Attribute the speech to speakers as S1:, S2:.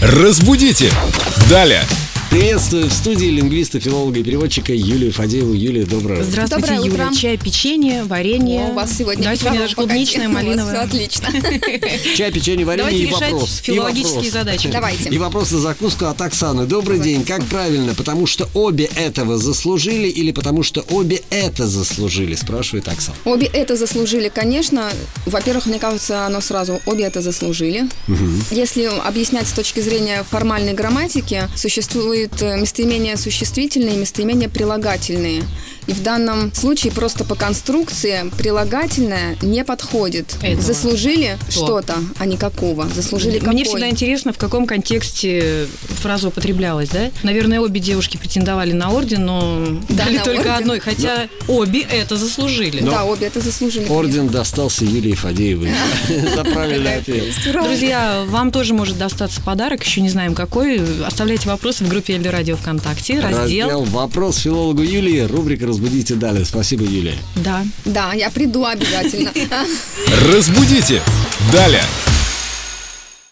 S1: Разбудите! Далее!
S2: Приветствую в студии лингвиста, филолога и переводчика Юлию Фадееву. Юлия, доброе утро.
S3: Здравствуйте,
S4: Доброе
S3: Юля.
S4: утро.
S3: Чай, печенье, варенье.
S4: О, у вас сегодня
S3: да,
S4: не
S3: сегодня
S4: пирог
S3: даже
S4: пока
S3: клубничное,
S4: нет, у вас всё
S3: малиновое.
S4: отлично.
S2: Чай, печенье, варенье
S3: Давайте
S2: и
S3: решать
S2: вопрос. И
S3: филологические
S2: вопрос.
S3: задачи.
S4: Давайте.
S2: И вопрос на закуску от Оксаны. Добрый день, как правильно? Потому что обе этого заслужили или потому что обе это заслужили? Спрашивает Оксана.
S4: Обе это заслужили, конечно. Во-первых, мне кажется, оно сразу обе это заслужили. Если объяснять с точки зрения формальной грамматики, существует э, местоимения существительные и местоимения прилагательные. И в данном случае просто по конструкции прилагательное не подходит.
S3: Этого.
S4: Заслужили
S3: Что?
S4: что-то, а не какого. Заслужили
S3: Мне
S4: какой.
S3: всегда интересно, в каком контексте фраза употреблялась, да? Наверное, обе девушки претендовали на орден, но
S4: Да,
S3: дали
S4: на
S3: только
S4: орден.
S3: одной, хотя обе это заслужили.
S4: Да, обе это заслужили.
S2: Орден достался Юлии Фадеевой за правильный ответ.
S3: Друзья, вам тоже может достаться подарок, еще не знаем какой. Оставляйте вопросы в группе Эльдо Радио ВКонтакте, раздел.
S2: «Вопрос филологу Юлии». Рубрика «Разбудите далее». Спасибо, Юлия.
S3: Да.
S4: Да, я приду обязательно.
S1: Разбудите! Далее!